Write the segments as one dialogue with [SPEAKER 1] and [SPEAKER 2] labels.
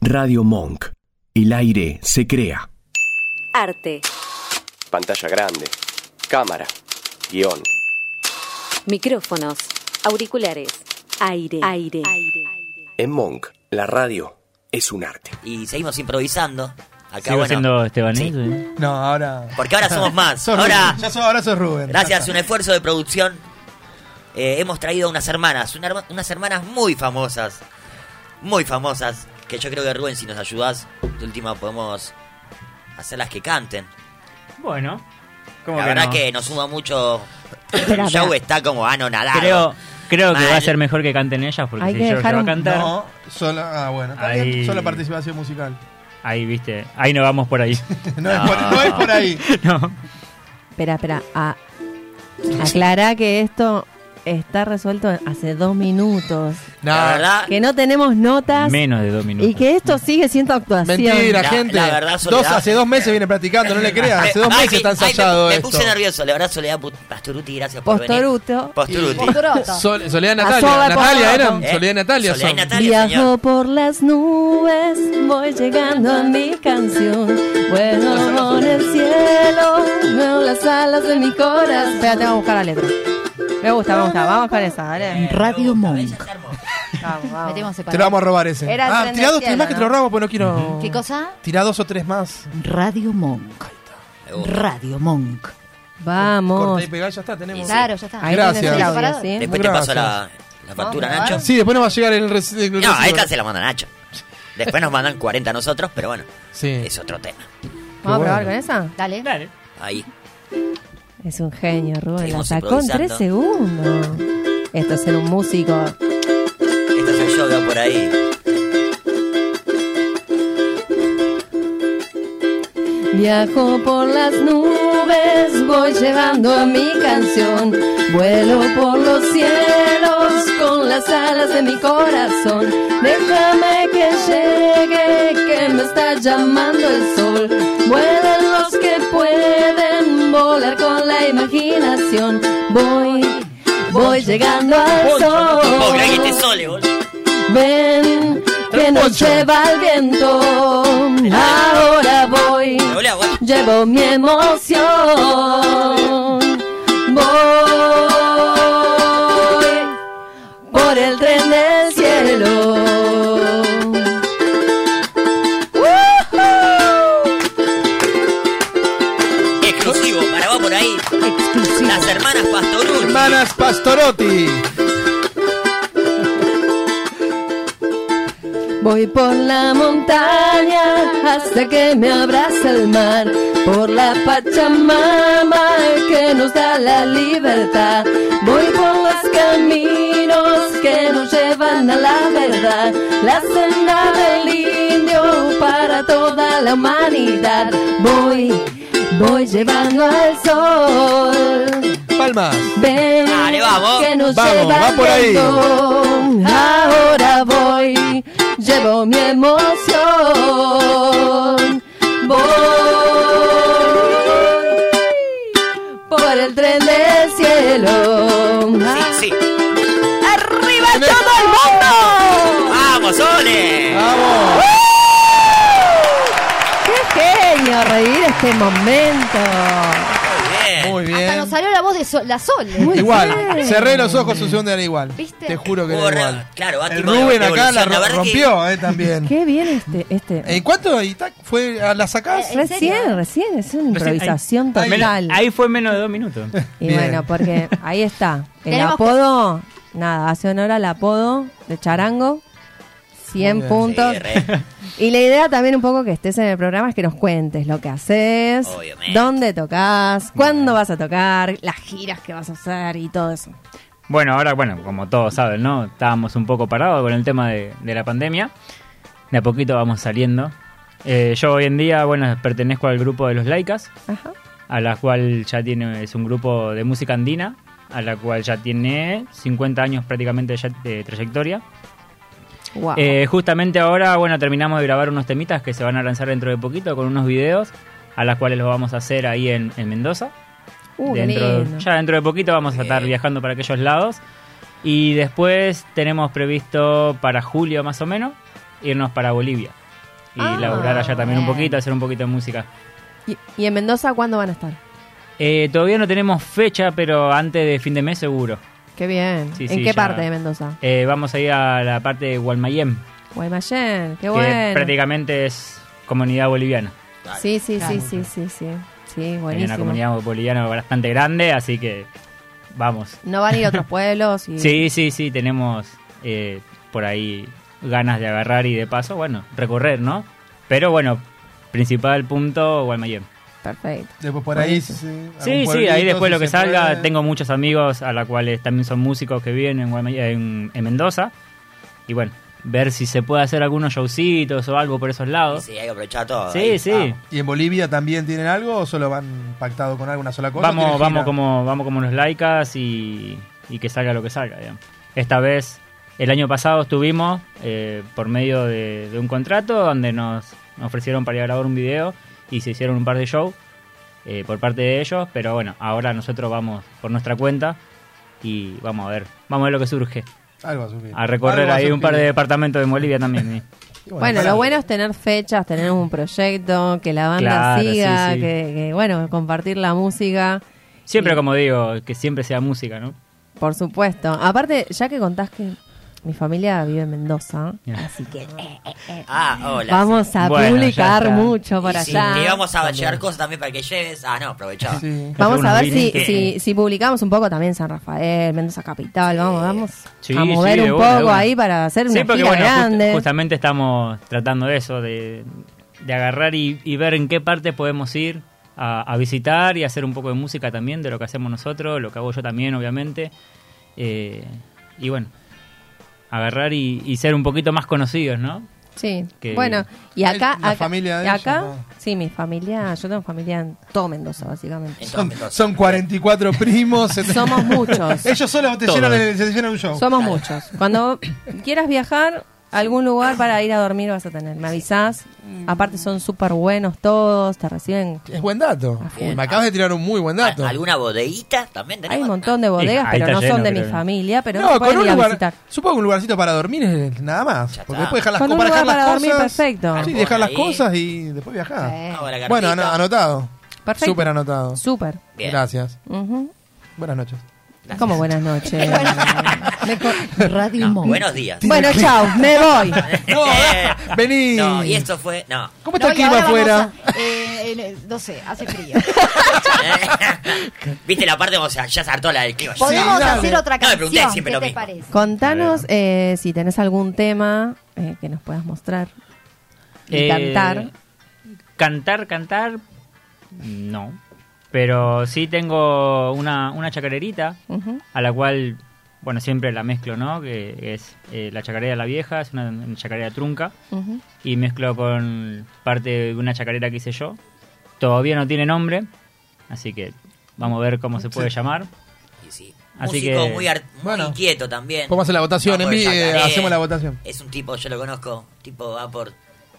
[SPEAKER 1] Radio Monk. El aire se crea.
[SPEAKER 2] Arte.
[SPEAKER 3] Pantalla grande. Cámara. Guión.
[SPEAKER 2] Micrófonos. Auriculares. Aire. Aire.
[SPEAKER 3] En Monk, la radio es un arte.
[SPEAKER 4] Y seguimos improvisando. Acá,
[SPEAKER 5] ¿Sigo
[SPEAKER 4] bueno,
[SPEAKER 5] siendo Estebanés?
[SPEAKER 4] Sí.
[SPEAKER 5] eh?
[SPEAKER 6] No, ahora.
[SPEAKER 4] Porque ahora somos más.
[SPEAKER 6] Sos
[SPEAKER 4] ahora,
[SPEAKER 6] Rubén, ya sos- ahora sos Rubén.
[SPEAKER 4] gracias a un esfuerzo de producción, eh, hemos traído unas hermanas. una herma- unas hermanas muy famosas. Muy famosas. Que yo creo que Rubén, si nos ayudas, de última podemos hacerlas que canten.
[SPEAKER 5] Bueno. ¿cómo
[SPEAKER 4] La
[SPEAKER 5] que
[SPEAKER 4] verdad
[SPEAKER 5] no?
[SPEAKER 4] que nos suma mucho. El show está como anonadado.
[SPEAKER 5] Creo, creo que
[SPEAKER 4] Mal.
[SPEAKER 5] va a ser mejor que canten ellas porque
[SPEAKER 7] Hay
[SPEAKER 5] si
[SPEAKER 7] que
[SPEAKER 5] yo
[SPEAKER 7] dejar
[SPEAKER 5] va a
[SPEAKER 7] un-
[SPEAKER 5] cantar,
[SPEAKER 6] No, solo. Ah, bueno. está
[SPEAKER 5] Ahí.
[SPEAKER 6] bien, Solo participación musical.
[SPEAKER 5] ahí viste, ahí no vamos por ahí.
[SPEAKER 6] No, Es, por, no es por ahí.
[SPEAKER 5] no.
[SPEAKER 7] Espera, espera. a- aclará que esto está resuelto hace dos minutos.
[SPEAKER 6] No.
[SPEAKER 4] La verdad,
[SPEAKER 7] Que no tenemos notas
[SPEAKER 5] Menos de dos minutos.
[SPEAKER 7] y que esto sigue siendo actuación.
[SPEAKER 6] Mentira,
[SPEAKER 4] La-
[SPEAKER 6] gente.
[SPEAKER 4] la verdad,
[SPEAKER 6] dos,
[SPEAKER 4] Soledad-
[SPEAKER 6] hace dos meses viene practicando, no le creas. Hace dos
[SPEAKER 4] Ay,
[SPEAKER 6] meses
[SPEAKER 4] me-
[SPEAKER 6] está
[SPEAKER 4] ay, me-
[SPEAKER 6] ensayado
[SPEAKER 4] Me,
[SPEAKER 6] esto.
[SPEAKER 4] puse nervioso. La verdad, Soledad Put- Pastoruti, gracias por venir.
[SPEAKER 7] Postoruto
[SPEAKER 4] Pastoruti.
[SPEAKER 6] Sol- Soledad
[SPEAKER 7] Sola
[SPEAKER 6] Natalia.
[SPEAKER 7] por
[SPEAKER 6] Natalia
[SPEAKER 7] favor.
[SPEAKER 6] eran.
[SPEAKER 4] ¿Eh?
[SPEAKER 6] Soledad Natalia.
[SPEAKER 4] Soledad y
[SPEAKER 6] son.
[SPEAKER 4] Natalia, señor.
[SPEAKER 7] Viajo por las nubes, voy llegando a mi canción. Bueno, con el cielo, veo las alas de mi corazón. Espérate, vamos a buscar la letra. Me gusta, me gusta. Vamos con esa,
[SPEAKER 6] Mm.
[SPEAKER 7] dale.
[SPEAKER 8] Radio Monk.
[SPEAKER 7] Vamos, vamos.
[SPEAKER 8] Metemos el
[SPEAKER 6] Te lo vamos a robar ese.
[SPEAKER 7] Era el
[SPEAKER 6] ah,
[SPEAKER 7] tren
[SPEAKER 6] tirá
[SPEAKER 7] del
[SPEAKER 6] dos, tres
[SPEAKER 7] cielo,
[SPEAKER 6] más que te lo
[SPEAKER 7] ¿no?
[SPEAKER 6] robamos, pues no quiero.
[SPEAKER 8] ¿Qué cosa?
[SPEAKER 6] Tirá dos o tres más.
[SPEAKER 8] Radio Monk.
[SPEAKER 4] Me gusta.
[SPEAKER 8] Radio Monk.
[SPEAKER 6] Corta
[SPEAKER 7] Vamos.
[SPEAKER 6] y pegá, ya está, tenemos.
[SPEAKER 8] Claro, ya está.
[SPEAKER 7] Ahí
[SPEAKER 6] Gracias.
[SPEAKER 7] tenés el audio,
[SPEAKER 8] Separado.
[SPEAKER 7] ¿sí?
[SPEAKER 4] Después te paso la, la factura, Nacho.
[SPEAKER 6] Sí, después nos va a llegar el. rec- el
[SPEAKER 4] No, a
[SPEAKER 6] recibo.
[SPEAKER 4] esta se la manda Nacho. Después nos mandan 40 a nosotros, pero bueno,
[SPEAKER 6] Sí.
[SPEAKER 4] es otro tema.
[SPEAKER 7] ¿Vamos a probar
[SPEAKER 6] bueno.
[SPEAKER 7] con esa?
[SPEAKER 8] Dale.
[SPEAKER 5] Dale.
[SPEAKER 4] Ahí.
[SPEAKER 7] Es un genio, Rubén. La
[SPEAKER 4] Seguimos
[SPEAKER 7] sacó en
[SPEAKER 4] Mm. improvisando.
[SPEAKER 7] tres segundos. Esto es ser un músico.
[SPEAKER 4] Esto soy yo, veo por ahí.
[SPEAKER 7] Viajo por las nubes, voy llevando a mi canción. Vuelo por los cielos con las alas de mi corazón. Déjame que llegue, que me está llamando el sol. Vuelan los que pueden volar con la imaginación. Voy, voy llegando al sol.
[SPEAKER 4] Oh, mirá que este sole, boludo.
[SPEAKER 7] Ven, que nos
[SPEAKER 6] Poncho.
[SPEAKER 7] lleva el viento. Ahora voy,
[SPEAKER 4] Me volé agua.
[SPEAKER 7] llevo mi emoción. Voy por el tren del cielo. ¡Woohoo!
[SPEAKER 4] Exclusivo, para va por ahí.
[SPEAKER 7] Exclusivo.
[SPEAKER 4] Las hermanas Pastoruti.
[SPEAKER 6] Hermanas Pastorotti.
[SPEAKER 7] Voy por la montaña hasta que me abraza el mar, por la Pachamama que nos da la libertad. Voy por los caminos que nos llevan a la verdad, la senda del indio para toda la humanidad. Voy, voy llevando al sol.
[SPEAKER 6] Palmas.
[SPEAKER 7] Ven,
[SPEAKER 4] Dale, vamos.
[SPEAKER 7] que nos
[SPEAKER 6] Vamos,
[SPEAKER 7] lleva
[SPEAKER 6] va
[SPEAKER 7] el
[SPEAKER 6] por ahí.
[SPEAKER 7] viento. Ahora voy, llevo mi emoción. Voy por el tren del cielo.
[SPEAKER 4] Sí, sí.
[SPEAKER 7] ¡Arriba todo el mundo!
[SPEAKER 4] ¡Vamos, Sole!
[SPEAKER 6] Vamos.
[SPEAKER 7] Ah. ¡Qué genio reír este momento!
[SPEAKER 4] Muy bien.
[SPEAKER 6] Muy
[SPEAKER 8] Hasta
[SPEAKER 6] bien.
[SPEAKER 8] nos salió la voz de Sol, la Sol.
[SPEAKER 6] Igual. Cerré los ojos, su segundo era igual.
[SPEAKER 8] ¿Viste?
[SPEAKER 6] Te juro que
[SPEAKER 4] Por-
[SPEAKER 6] era igual.
[SPEAKER 4] claro, va
[SPEAKER 6] El
[SPEAKER 4] tipo de
[SPEAKER 6] Rubén acá la
[SPEAKER 4] evolución, la
[SPEAKER 6] ro-
[SPEAKER 4] verdad que-
[SPEAKER 6] rompió, eh, también.
[SPEAKER 7] ¡Qué bien este! este.
[SPEAKER 6] ¿En cuánto? ¿Y tac? ¿Fue a la sacás?
[SPEAKER 7] Eh,
[SPEAKER 8] ¿En serio?
[SPEAKER 7] Recién, recién, es una
[SPEAKER 5] Recién, ahí-
[SPEAKER 7] improvisación
[SPEAKER 6] ahí-
[SPEAKER 7] total.
[SPEAKER 5] Ahí fue menos de dos minutos.
[SPEAKER 7] Y
[SPEAKER 6] Bien.
[SPEAKER 7] bueno, porque ahí está. El
[SPEAKER 8] Tenemos que-
[SPEAKER 7] apodo, nada, hace honor al apodo de Charango. 100
[SPEAKER 6] bien.
[SPEAKER 7] puntos.
[SPEAKER 4] Sí, re.
[SPEAKER 7] y la idea también un poco que estés en el programa es que nos cuentes lo que haces,
[SPEAKER 4] Obviamente.
[SPEAKER 7] dónde tocas, cuándo vas a tocar, las giras que vas a hacer y todo eso.
[SPEAKER 5] Bueno, ahora, bueno, como todos saben, ¿no? Estábamos un poco parados con el tema de, de la pandemia. De a poquito vamos saliendo. Eh, yo hoy en día, bueno, pertenezco al grupo de los laicas,
[SPEAKER 7] Ajá.
[SPEAKER 5] a la cual ya tiene, es un grupo de música andina, a la cual ya tiene 50 años prácticamente ya de trayectoria.
[SPEAKER 7] Wow.
[SPEAKER 5] Eh, justamente ahora, bueno, terminamos de grabar unos temitas que se van a lanzar dentro de poquito con unos videos, a las cuales los vamos a hacer ahí en, en Mendoza.
[SPEAKER 7] Uh, qué
[SPEAKER 5] Dentro-
[SPEAKER 7] lindo.
[SPEAKER 5] ya dentro de poquito vamos a estar
[SPEAKER 4] Bien.
[SPEAKER 5] viajando para aquellos lados. Y después tenemos previsto para julio más o menos irnos para Bolivia. y
[SPEAKER 7] Ah,
[SPEAKER 5] laburar allá también un
[SPEAKER 8] bien.
[SPEAKER 5] poquito, hacer un poquito de música.
[SPEAKER 7] ¿Y, y en Mendoza cuándo van a estar?
[SPEAKER 5] Eh, todavía no tenemos fecha, pero antes de fin de mes seguro.
[SPEAKER 7] Qué bien.
[SPEAKER 5] Sí,
[SPEAKER 7] ¿En
[SPEAKER 5] sí,
[SPEAKER 7] qué
[SPEAKER 5] ya.
[SPEAKER 7] parte de Mendoza?
[SPEAKER 5] Eh, vamos a ir a la parte de Gualmayem,
[SPEAKER 7] Guaymallén, qué
[SPEAKER 5] que
[SPEAKER 7] bueno.
[SPEAKER 5] prácticamente es comunidad boliviana.
[SPEAKER 7] Sí, sí, sí,
[SPEAKER 8] Claro.
[SPEAKER 7] sí, sí, sí. Sí,
[SPEAKER 5] Hay una
[SPEAKER 7] buenísimo.
[SPEAKER 5] comunidad boliviana bastante grande, así que vamos.
[SPEAKER 7] No van a ir a otros pueblos y
[SPEAKER 5] Sí, sí, sí, tenemos eh, por ahí ganas de agarrar y de paso, bueno, recorrer, ¿no? Pero bueno, principal punto, Gualmayem.
[SPEAKER 7] perfecto.
[SPEAKER 6] Después por ahí. Sí,
[SPEAKER 5] Sí,
[SPEAKER 6] algún
[SPEAKER 5] sí, ahí
[SPEAKER 6] pueblito,
[SPEAKER 5] después
[SPEAKER 6] si
[SPEAKER 5] lo que
[SPEAKER 6] se
[SPEAKER 5] salga,
[SPEAKER 6] puede.
[SPEAKER 5] tengo muchos amigos a los cuales también son músicos que viven en, Guaymall- en- en Mendoza. Y bueno, ver si se puede hacer algunos showcitos o algo por esos
[SPEAKER 4] Y
[SPEAKER 5] lados. Sí,
[SPEAKER 4] Sí, hay que aprovechar todo.
[SPEAKER 5] sí.
[SPEAKER 4] ahí, vamos.
[SPEAKER 6] ¿Y en Bolivia también tienen algo o solo van pactado con alguna sola cosa? ¿O
[SPEAKER 5] Vamos,
[SPEAKER 6] tienen
[SPEAKER 5] vamos
[SPEAKER 6] gira?
[SPEAKER 5] como, vamos como los laicas y, y que salga lo que salga. digamos. Esta vez, el año pasado estuvimos eh, por medio de, de un contrato donde nos nos ofrecieron para ir a grabar un video y se hicieron un par de shows eh, por parte de ellos. Pero bueno, ahora nosotros vamos por nuestra cuenta y vamos a ver, vamos a ver lo que surge.
[SPEAKER 6] Algo a subir.
[SPEAKER 5] A recorrer
[SPEAKER 6] Algo a
[SPEAKER 5] ahí un
[SPEAKER 6] subir.
[SPEAKER 5] par de departamentos de Bolivia también. sí.
[SPEAKER 6] Y
[SPEAKER 7] Bueno,
[SPEAKER 6] pará.
[SPEAKER 7] lo bueno es tener fechas, tener un proyecto, que la banda
[SPEAKER 5] Claro, sí,
[SPEAKER 7] siga,
[SPEAKER 5] sí.
[SPEAKER 7] Que, que, bueno, compartir la música,
[SPEAKER 5] Siempre, como digo, que siempre sea música, ¿no?
[SPEAKER 7] por supuesto. Aparte, ya que contás que mi familia vive en Mendoza,
[SPEAKER 5] Ya.
[SPEAKER 7] así que eh, eh, eh,
[SPEAKER 4] Ah, hola.
[SPEAKER 7] vamos a
[SPEAKER 5] Bueno, ya
[SPEAKER 7] publicar
[SPEAKER 5] está.
[SPEAKER 7] mucho por
[SPEAKER 4] Y sí,
[SPEAKER 7] allá.
[SPEAKER 4] que íbamos a llevar cosas también para que lleves. Ah, no, aprovechá.
[SPEAKER 6] Sí.
[SPEAKER 7] Vamos a
[SPEAKER 5] Hacer
[SPEAKER 7] ver
[SPEAKER 5] unos
[SPEAKER 7] si,
[SPEAKER 5] billings.
[SPEAKER 7] si, si publicamos un poco también San Rafael, Mendoza Capital, vamos, vamos
[SPEAKER 5] Sí,
[SPEAKER 7] a mover
[SPEAKER 5] sí, de
[SPEAKER 7] un
[SPEAKER 5] una, de
[SPEAKER 7] poco
[SPEAKER 5] una.
[SPEAKER 7] ahí para hacer una
[SPEAKER 5] Sí, porque
[SPEAKER 7] gira
[SPEAKER 5] bueno, just-
[SPEAKER 7] grande.
[SPEAKER 5] justamente estamos tratando de eso, de, de agarrar y, y ver en qué parte podemos ir a, a visitar y hacer un poco de música también, de lo que hacemos nosotros, lo que hago yo también, obviamente. Eh, y bueno, agarrar y, y ser un poquito más conocidos, ¿no?
[SPEAKER 7] Sí,
[SPEAKER 5] que-
[SPEAKER 7] bueno, y acá...
[SPEAKER 6] La
[SPEAKER 7] acá-
[SPEAKER 6] familia de
[SPEAKER 7] y acá,
[SPEAKER 6] ellos, ¿no?
[SPEAKER 7] sí, mi familia, yo tengo familia en todo Mendoza, básicamente.
[SPEAKER 4] Entonces,
[SPEAKER 6] Son,
[SPEAKER 4] entonces,
[SPEAKER 6] son 44 primos. setenta-
[SPEAKER 7] Somos muchos.
[SPEAKER 6] Ellos solo te
[SPEAKER 5] Todos.
[SPEAKER 6] llenan, el- se llenan un show.
[SPEAKER 7] Somos muchos. Cuando quieras viajar, algún lugar para ir a dormir vas a tener. Me avisás. Aparte son súper buenos todos, te reciben.
[SPEAKER 6] Es buen dato.
[SPEAKER 4] Bien.
[SPEAKER 6] Me acabas de tirar un muy buen dato.
[SPEAKER 4] ¿al- Ah, ¿Alguna bodeguita también tenemos?
[SPEAKER 7] Hay un montón de bodegas,
[SPEAKER 5] ahí
[SPEAKER 7] pero
[SPEAKER 5] está
[SPEAKER 7] no son
[SPEAKER 5] lleno,
[SPEAKER 7] de mi
[SPEAKER 5] creo.
[SPEAKER 7] familia, pero
[SPEAKER 6] no,
[SPEAKER 7] se
[SPEAKER 6] con
[SPEAKER 7] pueden
[SPEAKER 6] un
[SPEAKER 7] ir a
[SPEAKER 6] lugar.
[SPEAKER 7] visitar.
[SPEAKER 6] Supongo un lugarcito para dormir es nada más.
[SPEAKER 4] Ya
[SPEAKER 6] Porque
[SPEAKER 4] está.
[SPEAKER 6] después dejar las,
[SPEAKER 7] Con
[SPEAKER 6] co-
[SPEAKER 7] un
[SPEAKER 6] dejar
[SPEAKER 7] lugar
[SPEAKER 6] las
[SPEAKER 7] para dormir,
[SPEAKER 6] cosas.
[SPEAKER 7] perfecto.
[SPEAKER 6] Sí, dejar las
[SPEAKER 4] Ahí.
[SPEAKER 6] cosas y después viajar.
[SPEAKER 8] Sí.
[SPEAKER 4] Vamos a la
[SPEAKER 6] Bueno, ano-
[SPEAKER 4] carpita.
[SPEAKER 6] anotado.
[SPEAKER 7] Perfecto.
[SPEAKER 6] Súper anotado.
[SPEAKER 7] Súper.
[SPEAKER 4] Bien.
[SPEAKER 6] Gracias.
[SPEAKER 7] Ujú.
[SPEAKER 6] Buenas noches.
[SPEAKER 7] ¿Cómo buenas noches? Me co-
[SPEAKER 8] Radio
[SPEAKER 4] No,
[SPEAKER 8] Monk.
[SPEAKER 4] buenos días. Eh,
[SPEAKER 7] bueno, chao, me voy.
[SPEAKER 6] No, da, vení.
[SPEAKER 4] No, y esto fue. No.
[SPEAKER 6] ¿Cómo está el
[SPEAKER 8] No, y
[SPEAKER 6] clima
[SPEAKER 8] ahora
[SPEAKER 6] afuera?
[SPEAKER 8] vamos a- eh, en el- no sé, hace frío.
[SPEAKER 4] ¿Viste la parte? O sea, ya saltó la del clima. ya
[SPEAKER 8] Podemos
[SPEAKER 6] dale.
[SPEAKER 8] hacer otra
[SPEAKER 4] No, me pregunté
[SPEAKER 8] canción.
[SPEAKER 4] siempre
[SPEAKER 8] ¿Qué
[SPEAKER 4] lo
[SPEAKER 8] te
[SPEAKER 4] mismo.
[SPEAKER 8] parece?
[SPEAKER 7] Contanos eh, si tenés algún tema eh, que nos puedas mostrar y
[SPEAKER 5] Eh,
[SPEAKER 7] cantar.
[SPEAKER 5] Cantar, cantar, no. Pero sí tengo una, una chacarerita
[SPEAKER 7] Ujú.
[SPEAKER 5] a la cual, bueno, siempre la mezclo, ¿no? Que es eh, la chacarera de la vieja, es una, una chacarera trunca,
[SPEAKER 7] Ujú.
[SPEAKER 5] y mezclo con parte de una chacarera que hice yo. Todavía no tiene nombre, así que vamos a ver cómo se puede llamar.
[SPEAKER 4] Y sí.
[SPEAKER 5] Así
[SPEAKER 4] Músico
[SPEAKER 5] que-
[SPEAKER 4] muy, ar- muy
[SPEAKER 6] Bueno.
[SPEAKER 4] inquieto también.
[SPEAKER 6] Vamos a hacer la votación,
[SPEAKER 4] Vamos
[SPEAKER 6] en vivo,
[SPEAKER 4] de
[SPEAKER 6] eh,
[SPEAKER 4] chacaré.
[SPEAKER 6] hacemos la votación.
[SPEAKER 4] Es un tipo, yo lo conozco, tipo va por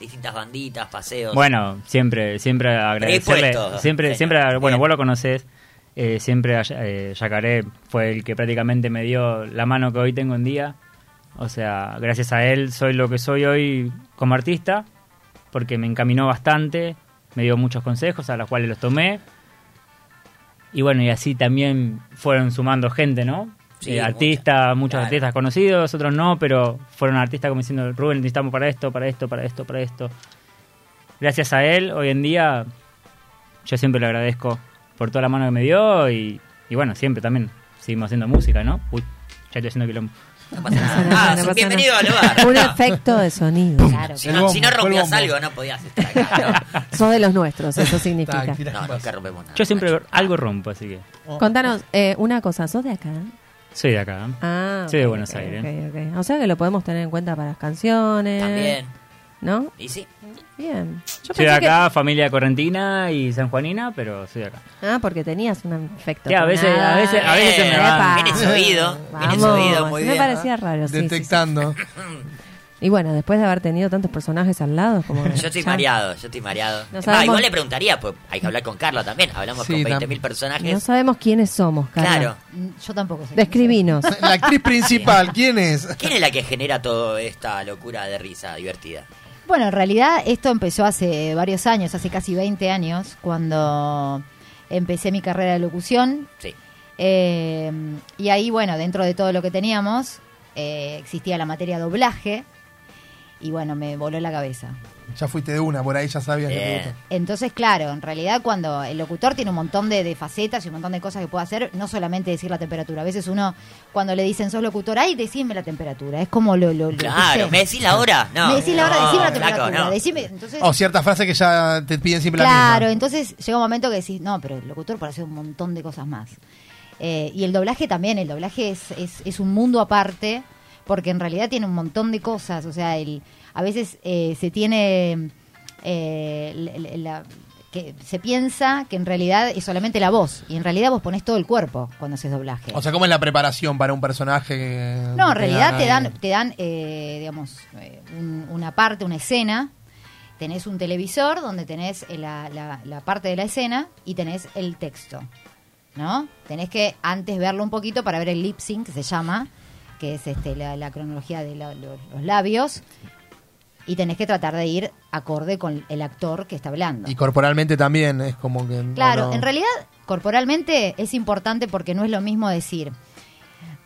[SPEAKER 4] distintas banditas, paseos.
[SPEAKER 5] Bueno, siempre, siempre agradecerle.
[SPEAKER 4] Predispuesto,
[SPEAKER 5] Siempre,
[SPEAKER 4] señor.
[SPEAKER 5] siempre, bueno,
[SPEAKER 4] Bien.
[SPEAKER 5] vos lo conocés. eh, siempre a- eh, Yacaré fue el que prácticamente me dio la mano que hoy tengo en día. O sea, gracias a él soy lo que soy hoy como artista, porque me encaminó bastante, me dio muchos consejos a los cuales los tomé. Y bueno, y así también fueron sumando gente, ¿no?
[SPEAKER 4] Sí,
[SPEAKER 5] Eh, artistas,
[SPEAKER 4] mucha.
[SPEAKER 5] muchos
[SPEAKER 4] Claro.
[SPEAKER 5] artistas conocidos, otros no, pero fueron artistas como diciendo, Rubén, necesitamos para esto, para esto, para esto, para esto. Gracias a él, hoy en día, yo siempre le agradezco por toda la mano que me dio y, y bueno, siempre también seguimos haciendo música, ¿no? Uy, ya estoy haciendo quilombo.
[SPEAKER 4] No pasa
[SPEAKER 7] No,
[SPEAKER 4] nada.
[SPEAKER 7] no,
[SPEAKER 4] Ah,
[SPEAKER 7] no
[SPEAKER 4] sos
[SPEAKER 7] pasa
[SPEAKER 4] bienvenido
[SPEAKER 7] nada.
[SPEAKER 4] al hogar.
[SPEAKER 7] Un
[SPEAKER 4] No.
[SPEAKER 7] efecto de sonido.
[SPEAKER 8] Claro.
[SPEAKER 4] Si
[SPEAKER 6] El
[SPEAKER 4] no,
[SPEAKER 6] bombo,
[SPEAKER 4] si no
[SPEAKER 6] fue el
[SPEAKER 4] rompías
[SPEAKER 6] bombo.
[SPEAKER 4] algo, no podías estar acá.
[SPEAKER 7] Sos de los nuestros, eso significa.
[SPEAKER 6] Tranquila.
[SPEAKER 4] No, no, nunca rompemos nada.
[SPEAKER 5] Yo siempre algo rompo, así que
[SPEAKER 7] Contanos eh, una cosa, ¿sos de acá?
[SPEAKER 5] soy de acá. ¿eh?
[SPEAKER 7] Ah,
[SPEAKER 5] Soy de
[SPEAKER 7] ok,
[SPEAKER 5] Buenos
[SPEAKER 7] ok,
[SPEAKER 5] Aires.
[SPEAKER 7] ok, ok. O sea que lo podemos tener en cuenta para las canciones.
[SPEAKER 4] También.
[SPEAKER 7] ¿No?
[SPEAKER 4] Y sí.
[SPEAKER 7] Bien. Yo
[SPEAKER 5] Soy
[SPEAKER 7] pensé
[SPEAKER 5] de acá, familia correntina y sanjuanina, pero soy de acá.
[SPEAKER 7] que- Ah, porque tenías un efecto.
[SPEAKER 5] Sí, a veces-
[SPEAKER 7] tonal.
[SPEAKER 5] a veces- a veces se me va.
[SPEAKER 7] Epa.
[SPEAKER 4] Viene subido, viene
[SPEAKER 7] Vamos,
[SPEAKER 4] subido, muy
[SPEAKER 7] sí
[SPEAKER 4] bien.
[SPEAKER 7] Me parecía raro, sí, sí, sí.
[SPEAKER 6] Detectando.
[SPEAKER 7] Y bueno, después de haber tenido tantos personajes al lado, como.
[SPEAKER 4] Yo estoy
[SPEAKER 7] ya-
[SPEAKER 4] mareado, yo estoy mareado.
[SPEAKER 7] No
[SPEAKER 4] Es
[SPEAKER 7] sabemos-
[SPEAKER 4] más, igual le preguntaría, pues hay que hablar con Carla también. Hablamos
[SPEAKER 6] Sí,
[SPEAKER 4] con 20.000
[SPEAKER 7] No
[SPEAKER 4] personajes.
[SPEAKER 7] sabemos quiénes somos, Carla.
[SPEAKER 4] claro.
[SPEAKER 8] Mm, Yo tampoco sé.
[SPEAKER 7] Describinos.
[SPEAKER 6] La actriz principal, ¿quién es?
[SPEAKER 4] ¿Quién es la que genera toda esta locura de risa divertida?
[SPEAKER 8] Bueno, en realidad esto empezó hace varios años, hace casi 20 años, cuando empecé mi carrera de locución.
[SPEAKER 4] Sí.
[SPEAKER 8] Eh, y ahí, bueno, dentro de todo lo que teníamos, eh, existía la materia doblaje. Y bueno, me voló la cabeza.
[SPEAKER 6] Ya fuiste de una, por ahí ya sabías que te
[SPEAKER 4] Bien.
[SPEAKER 6] gusta.
[SPEAKER 8] Entonces, claro, en realidad cuando el locutor tiene un montón de, de facetas y un montón de cosas que puede hacer, no solamente decir la temperatura. A veces uno, cuando le dicen sos locutor, ay, decime la temperatura. Es como lo... lo, lo
[SPEAKER 4] Claro,
[SPEAKER 8] decime.
[SPEAKER 4] ¿me decís la hora? No.
[SPEAKER 8] me decís la hora,
[SPEAKER 4] no,
[SPEAKER 8] decime la
[SPEAKER 4] flaco,
[SPEAKER 8] temperatura.
[SPEAKER 4] no.
[SPEAKER 8] decime- entonces,
[SPEAKER 6] O ciertas frases Oh, que ya te piden siempre la
[SPEAKER 8] claro,
[SPEAKER 6] misma.
[SPEAKER 8] entonces llega un momento que decís, no, pero el locutor puede hacer un montón de cosas más. Eh, y el doblaje también, el doblaje es, es, es un mundo aparte, porque en realidad tiene un montón de cosas. O sea, el, a veces eh, se tiene. eh, la- la- que se piensa que en realidad es solamente la voz, y en realidad vos ponés todo el cuerpo cuando haces doblaje.
[SPEAKER 6] O sea, ¿cómo es la preparación para un personaje? que
[SPEAKER 8] No, en
[SPEAKER 6] te
[SPEAKER 8] realidad te
[SPEAKER 6] ahí?
[SPEAKER 8] dan, te dan eh, digamos, eh, un- una parte, una escena. Tenés un televisor donde tenés eh, la, la- la parte de la escena y tenés el texto, ¿no? Tenés que antes verlo un poquito para ver el lip sync, que se llama, que es este, la, la cronología de la- lo- los labios. Y tenés que tratar de ir acorde con el actor que está hablando.
[SPEAKER 6] Y corporalmente también, es como que...
[SPEAKER 8] Claro,
[SPEAKER 6] ¿o no?
[SPEAKER 8] en realidad corporalmente es importante porque no es lo mismo decir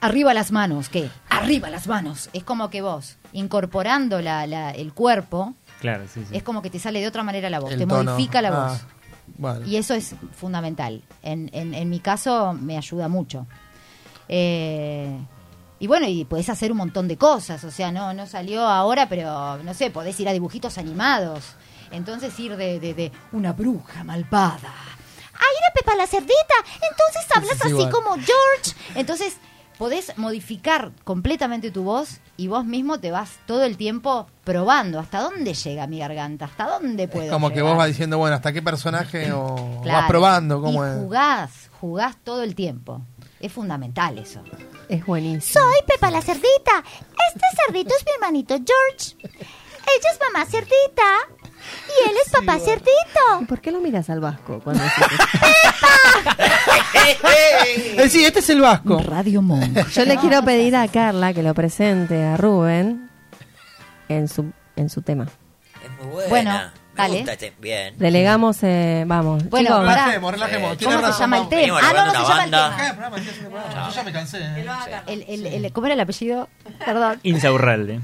[SPEAKER 8] arriba las manos que arriba las manos. Es como que vos, incorporando la, la- el cuerpo,
[SPEAKER 5] Claro, sí, sí.
[SPEAKER 8] es como que te sale de otra manera la voz,
[SPEAKER 6] El
[SPEAKER 8] te
[SPEAKER 6] tono.
[SPEAKER 8] modifica la
[SPEAKER 6] Ah,
[SPEAKER 8] voz.
[SPEAKER 6] Bueno.
[SPEAKER 8] Y eso es fundamental. En, en- en mi caso me ayuda mucho. Eh, y bueno, y podés hacer un montón de cosas. O sea, no, no salió ahora, pero no sé, podés ir a dibujitos animados. Entonces ir de, de- de una bruja malvada. ¡Ay, era Pepa la cerdita! Entonces hablas
[SPEAKER 6] es
[SPEAKER 8] así
[SPEAKER 6] igual.
[SPEAKER 8] como "Oh, George. Entonces podés modificar completamente tu voz y vos mismo te vas todo el tiempo probando hasta dónde llega mi garganta, hasta dónde puedo
[SPEAKER 6] Es como que vos
[SPEAKER 8] llegar.
[SPEAKER 6] vas diciendo, bueno, ¿hasta qué personaje o vas
[SPEAKER 8] Claro.
[SPEAKER 6] probando? ¿Cómo
[SPEAKER 8] y
[SPEAKER 6] es?
[SPEAKER 8] jugás, jugás todo el tiempo. Es fundamental eso.
[SPEAKER 7] Es buenísimo.
[SPEAKER 9] Pepa la cerdita. Este cerdito es mi hermanito George. Ella es mamá cerdita. Y él es papá
[SPEAKER 7] ¿Y
[SPEAKER 9] cerdito.
[SPEAKER 7] por qué lo miras al vasco cuando decís
[SPEAKER 6] Eh, sí, este es el vasco.
[SPEAKER 8] Radio Monk.
[SPEAKER 7] eso? Yo le quiero pedir a Carla que lo presente a Rubén en su en su tema.
[SPEAKER 4] Es muy buena.
[SPEAKER 8] Bueno,
[SPEAKER 4] Me
[SPEAKER 8] dale.
[SPEAKER 4] gusta este- Bien.
[SPEAKER 7] Delegamos, eh, vamos.
[SPEAKER 8] Bueno,
[SPEAKER 7] Chicos,
[SPEAKER 8] pará.
[SPEAKER 6] Relajemos, relajemos.
[SPEAKER 4] Sí.
[SPEAKER 6] Tiene
[SPEAKER 8] ¿Cómo
[SPEAKER 6] razón,
[SPEAKER 8] se llama el
[SPEAKER 6] vamos.
[SPEAKER 8] tema?
[SPEAKER 4] Venimos
[SPEAKER 8] Ah, no, no
[SPEAKER 4] grabando
[SPEAKER 8] se llama el
[SPEAKER 4] una banda.
[SPEAKER 8] tema.
[SPEAKER 6] programa, empieza el programa. Yo ya me cansé. ¿eh?
[SPEAKER 8] El- el- el- ¿Cómo era el apellido? Perdón.
[SPEAKER 5] Insaurralde.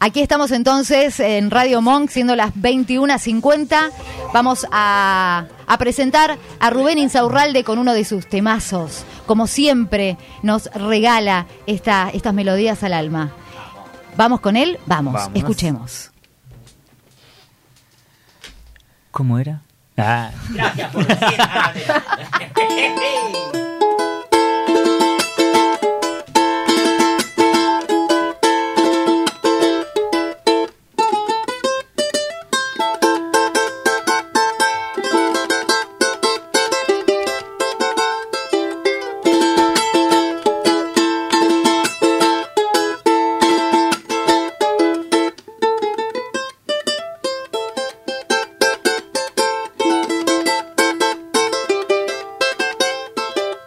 [SPEAKER 8] Aquí estamos entonces en Radio Monk, siendo las 21.50. Vamos a, a presentar a Rubén Insaurralde con uno de sus temazos. Como siempre, nos regala esta, estas melodías al alma. ¿Vamos con él? Vamos,
[SPEAKER 5] Vamos.
[SPEAKER 8] escuchemos.
[SPEAKER 5] ¿Cómo era? Ah.
[SPEAKER 4] Gracias por decir. Ah, vale.
[SPEAKER 9] Pepa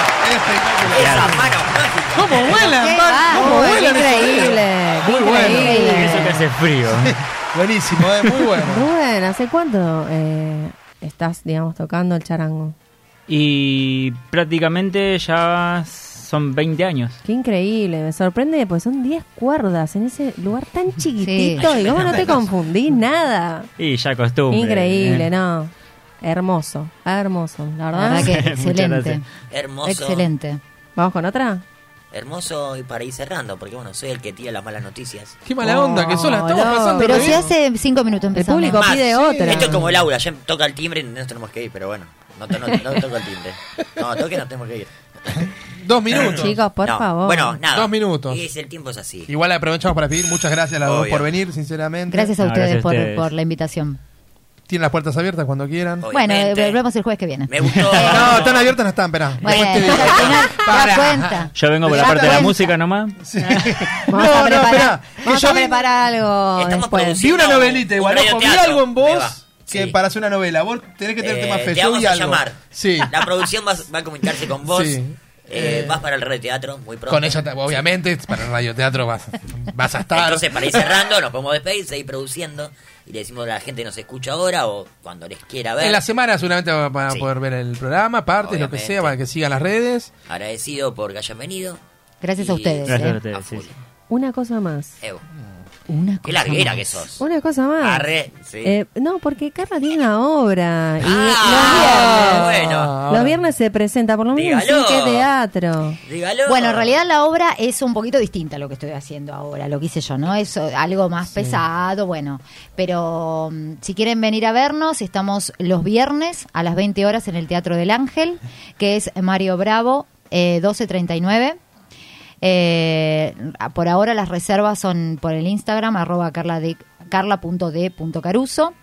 [SPEAKER 5] Y
[SPEAKER 7] eh,
[SPEAKER 8] increíble.
[SPEAKER 5] eso que hace frío.
[SPEAKER 6] Buenísimo, ¿eh? muy bueno.
[SPEAKER 7] Rubén, ¿hace cuánto eh, estás, digamos, tocando el charango?
[SPEAKER 5] Y prácticamente ya son 20 años.
[SPEAKER 7] Qué increíble, me sorprende, pues son 10 cuerdas en ese lugar tan chiquitito y cómo no te confundís nada.
[SPEAKER 5] Y ya costumbre.
[SPEAKER 7] Increíble,
[SPEAKER 5] Eh,
[SPEAKER 7] ¿no? Hermoso, hermoso, la
[SPEAKER 8] La
[SPEAKER 7] verdad.
[SPEAKER 8] verdad que
[SPEAKER 5] Muchas
[SPEAKER 8] excelente.
[SPEAKER 5] gracias.
[SPEAKER 4] Hermoso.
[SPEAKER 8] Excelente.
[SPEAKER 7] ¿Vamos con otra?
[SPEAKER 4] Hermoso y para ir cerrando, porque bueno, soy el que tira las malas noticias.
[SPEAKER 10] Qué mala onda que son, la estamos
[SPEAKER 7] no.
[SPEAKER 10] pasando.
[SPEAKER 8] Pero
[SPEAKER 10] re
[SPEAKER 8] si
[SPEAKER 10] bien.
[SPEAKER 8] hace cinco minutos
[SPEAKER 7] El
[SPEAKER 8] empezamos.
[SPEAKER 7] público
[SPEAKER 4] Más.
[SPEAKER 7] pide otra.
[SPEAKER 4] Esto es como el aula, ya toca el timbre y nos tenemos que ir, pero bueno, no, to- no, no toco el timbre. No, toque nos tenemos que ir.
[SPEAKER 10] Dos minutos.
[SPEAKER 7] Chicos, por
[SPEAKER 4] No,
[SPEAKER 7] favor.
[SPEAKER 4] Bueno, nada.
[SPEAKER 10] Dos minutos.
[SPEAKER 4] Y es, el tiempo es así.
[SPEAKER 6] Igual aprovechamos para pedir muchas gracias a las dos
[SPEAKER 4] Obvio.
[SPEAKER 6] por venir, sinceramente.
[SPEAKER 8] Gracias a
[SPEAKER 5] No,
[SPEAKER 8] ustedes,
[SPEAKER 5] gracias a
[SPEAKER 8] por,
[SPEAKER 5] ustedes.
[SPEAKER 8] por la invitación.
[SPEAKER 6] Tienen las puertas abiertas cuando quieran.
[SPEAKER 4] Obviamente.
[SPEAKER 8] Bueno, eh, volvemos el jueves que viene.
[SPEAKER 4] Me gustó.
[SPEAKER 6] No, están abiertas, no están, esperá.
[SPEAKER 8] Bueno,
[SPEAKER 6] Después te digo.
[SPEAKER 8] ya al final, te das
[SPEAKER 6] Pará.
[SPEAKER 8] cuenta.
[SPEAKER 5] Yo vengo por la
[SPEAKER 8] Ya
[SPEAKER 5] parte de la
[SPEAKER 8] cuenta.
[SPEAKER 5] música nomás.
[SPEAKER 6] Sí.
[SPEAKER 10] Ah.
[SPEAKER 7] Vamos
[SPEAKER 6] No,
[SPEAKER 7] a
[SPEAKER 6] no,
[SPEAKER 7] preparar,
[SPEAKER 6] esperá, que
[SPEAKER 7] vamos
[SPEAKER 6] yo
[SPEAKER 7] a
[SPEAKER 6] vi-
[SPEAKER 7] preparar algo
[SPEAKER 4] Estamos
[SPEAKER 7] después.
[SPEAKER 4] produciendo.
[SPEAKER 6] Vi una novelita igual,
[SPEAKER 4] Un
[SPEAKER 6] ojo, vi
[SPEAKER 4] radioteatro.
[SPEAKER 6] algo en
[SPEAKER 4] Ahí va.
[SPEAKER 6] vos que
[SPEAKER 4] Sí.
[SPEAKER 6] parece una novela. Vos tenés que tenerte
[SPEAKER 4] Eh,
[SPEAKER 6] más fe.
[SPEAKER 4] te
[SPEAKER 6] Yo
[SPEAKER 4] vamos
[SPEAKER 6] vi
[SPEAKER 4] a
[SPEAKER 6] algo.
[SPEAKER 4] llamar.
[SPEAKER 6] Sí.
[SPEAKER 4] La producción va, va a comunicarse con vos.
[SPEAKER 6] Sí.
[SPEAKER 4] Eh, vas para el red teatro muy pronto.
[SPEAKER 10] Con ella, te- obviamente, para el radioteatro vas, vas a estar.
[SPEAKER 4] Entonces, para ir cerrando, nos podemos despedir, seguir produciendo. Y le decimos a la gente que nos escucha ahora o cuando les quiera ver.
[SPEAKER 10] En la semana seguramente van a
[SPEAKER 4] Sí.
[SPEAKER 10] poder ver el programa, partes, lo que
[SPEAKER 4] Obviamente.
[SPEAKER 10] sea, para que sigan las redes.
[SPEAKER 4] Agradecido por que hayan venido.
[SPEAKER 8] Gracias a
[SPEAKER 4] Y-
[SPEAKER 8] ustedes.
[SPEAKER 5] Gracias a
[SPEAKER 8] eh.
[SPEAKER 5] ustedes,
[SPEAKER 4] a
[SPEAKER 5] sí,
[SPEAKER 4] full.
[SPEAKER 5] sí.
[SPEAKER 7] Una cosa más.
[SPEAKER 4] Evo,
[SPEAKER 8] Una
[SPEAKER 4] Qué
[SPEAKER 8] cosa
[SPEAKER 4] larguera
[SPEAKER 8] más.
[SPEAKER 4] que sos.
[SPEAKER 7] Una cosa más.
[SPEAKER 4] Arre, sí.
[SPEAKER 7] Eh, no, porque Carla tiene una obra. Y
[SPEAKER 4] Ah,
[SPEAKER 7] los viernes.
[SPEAKER 4] bueno.
[SPEAKER 7] Los viernes se presenta, por lo menos sí
[SPEAKER 4] Dígalo.
[SPEAKER 7] que teatro.
[SPEAKER 4] Dígalo.
[SPEAKER 8] Bueno, en realidad la obra es un poquito distinta a lo que estoy haciendo ahora, lo que hice yo, ¿no? Es eh, algo más pesado, bueno. Pero mm, si quieren venir a vernos, estamos los viernes a las 20 horas en el Teatro del Ángel, que es Mario Bravo, eh, 1239. Eh, a- por ahora las reservas son por el Instagram, arroba carla de- carla.d.caruso.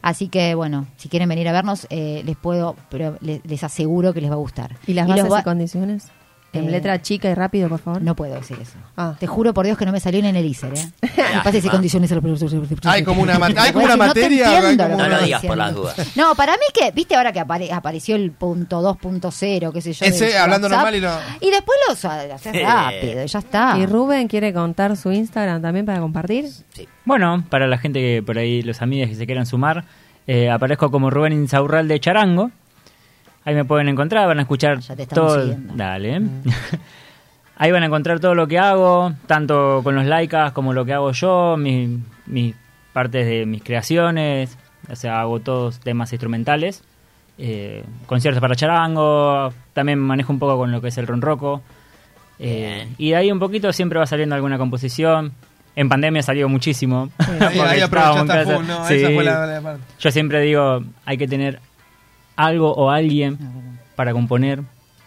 [SPEAKER 8] Así que, bueno, si quieren venir a vernos, eh, les puedo, pero le- les, aseguro que les va a gustar.
[SPEAKER 7] ¿Y las
[SPEAKER 8] Y los
[SPEAKER 7] bases
[SPEAKER 8] va-
[SPEAKER 7] y condiciones? En
[SPEAKER 8] Eh,
[SPEAKER 7] letra chica y rápido, por favor.
[SPEAKER 8] no puedo decir eso.
[SPEAKER 7] Ah.
[SPEAKER 8] Te juro por Dios que no me salió ni en el ISER, ¿eh? Me pasa si
[SPEAKER 4] Lástima.
[SPEAKER 8] condiciones el
[SPEAKER 6] Hay como una mat- hay como una materia,
[SPEAKER 8] No, te entiendo
[SPEAKER 6] hay como
[SPEAKER 4] No
[SPEAKER 8] que me
[SPEAKER 4] lo
[SPEAKER 8] estás
[SPEAKER 4] digas por las
[SPEAKER 8] diciendo.
[SPEAKER 4] dudas.
[SPEAKER 8] No, para mí que, viste ahora que apare- apareció el punto 2.0, qué sé yo.
[SPEAKER 6] Ese,
[SPEAKER 8] del
[SPEAKER 6] hablando
[SPEAKER 8] WhatsApp,
[SPEAKER 6] normal y lo-
[SPEAKER 8] Y después lo usas rápido, ya está.
[SPEAKER 7] Y Rubén quiere contar su Instagram también para compartir.
[SPEAKER 4] Sí.
[SPEAKER 5] Bueno, para la gente que por ahí, los amigos que se quieran sumar, eh, aparezco como Rubén Insaurral de Charango. Ahí me pueden encontrar, van a escuchar
[SPEAKER 8] Ah, Ya te estamos
[SPEAKER 5] todo.
[SPEAKER 8] siguiendo. Mm.
[SPEAKER 5] Dale. ¿eh? Ahí van a encontrar todo lo que hago, tanto con los laicas como lo que hago yo, mis, mis partes de mis creaciones, o sea, hago todos temas instrumentales, eh, conciertos para charango, también manejo un poco con lo que es el ronroco. eh, y de ahí un poquito siempre va saliendo alguna composición. En pandemia salió muchísimo.
[SPEAKER 10] ah,
[SPEAKER 6] Ahí,
[SPEAKER 5] porque
[SPEAKER 6] ahí
[SPEAKER 5] estábamos en
[SPEAKER 6] aprovechaste a
[SPEAKER 5] casa.
[SPEAKER 6] full, ¿no?
[SPEAKER 5] Sí.
[SPEAKER 6] Esa fue la, la parte.
[SPEAKER 5] Yo siempre digo, hay que tener algo o alguien
[SPEAKER 6] Ah,
[SPEAKER 5] para componer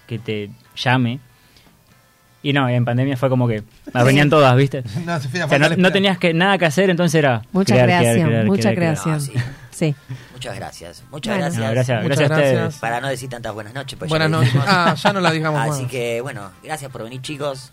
[SPEAKER 5] que te llame. Y no, en pandemia fue como que las venían todas, ¿viste?
[SPEAKER 6] No, se fue a
[SPEAKER 5] O sea, no,
[SPEAKER 6] faltar
[SPEAKER 5] no
[SPEAKER 6] esperar.
[SPEAKER 5] tenías que nada que hacer, entonces era
[SPEAKER 7] Mucha
[SPEAKER 5] crear, crear,
[SPEAKER 7] creación,
[SPEAKER 5] crear,
[SPEAKER 7] mucha
[SPEAKER 5] crear, crear.
[SPEAKER 7] creación.
[SPEAKER 4] crear.
[SPEAKER 7] Sí.
[SPEAKER 4] Muchas gracias. Muchas
[SPEAKER 7] Bueno.
[SPEAKER 4] gracias.
[SPEAKER 5] No, gracias,
[SPEAKER 10] Muchas
[SPEAKER 5] gracias a ustedes.
[SPEAKER 10] gracias.
[SPEAKER 4] Para no decir tantas buenas noches. pues ya
[SPEAKER 10] Buenas
[SPEAKER 4] lo
[SPEAKER 10] noches.
[SPEAKER 4] dijimos.
[SPEAKER 10] Ah, ya no la digamos
[SPEAKER 4] Así
[SPEAKER 10] más.
[SPEAKER 4] que, bueno, gracias por venir, chicos.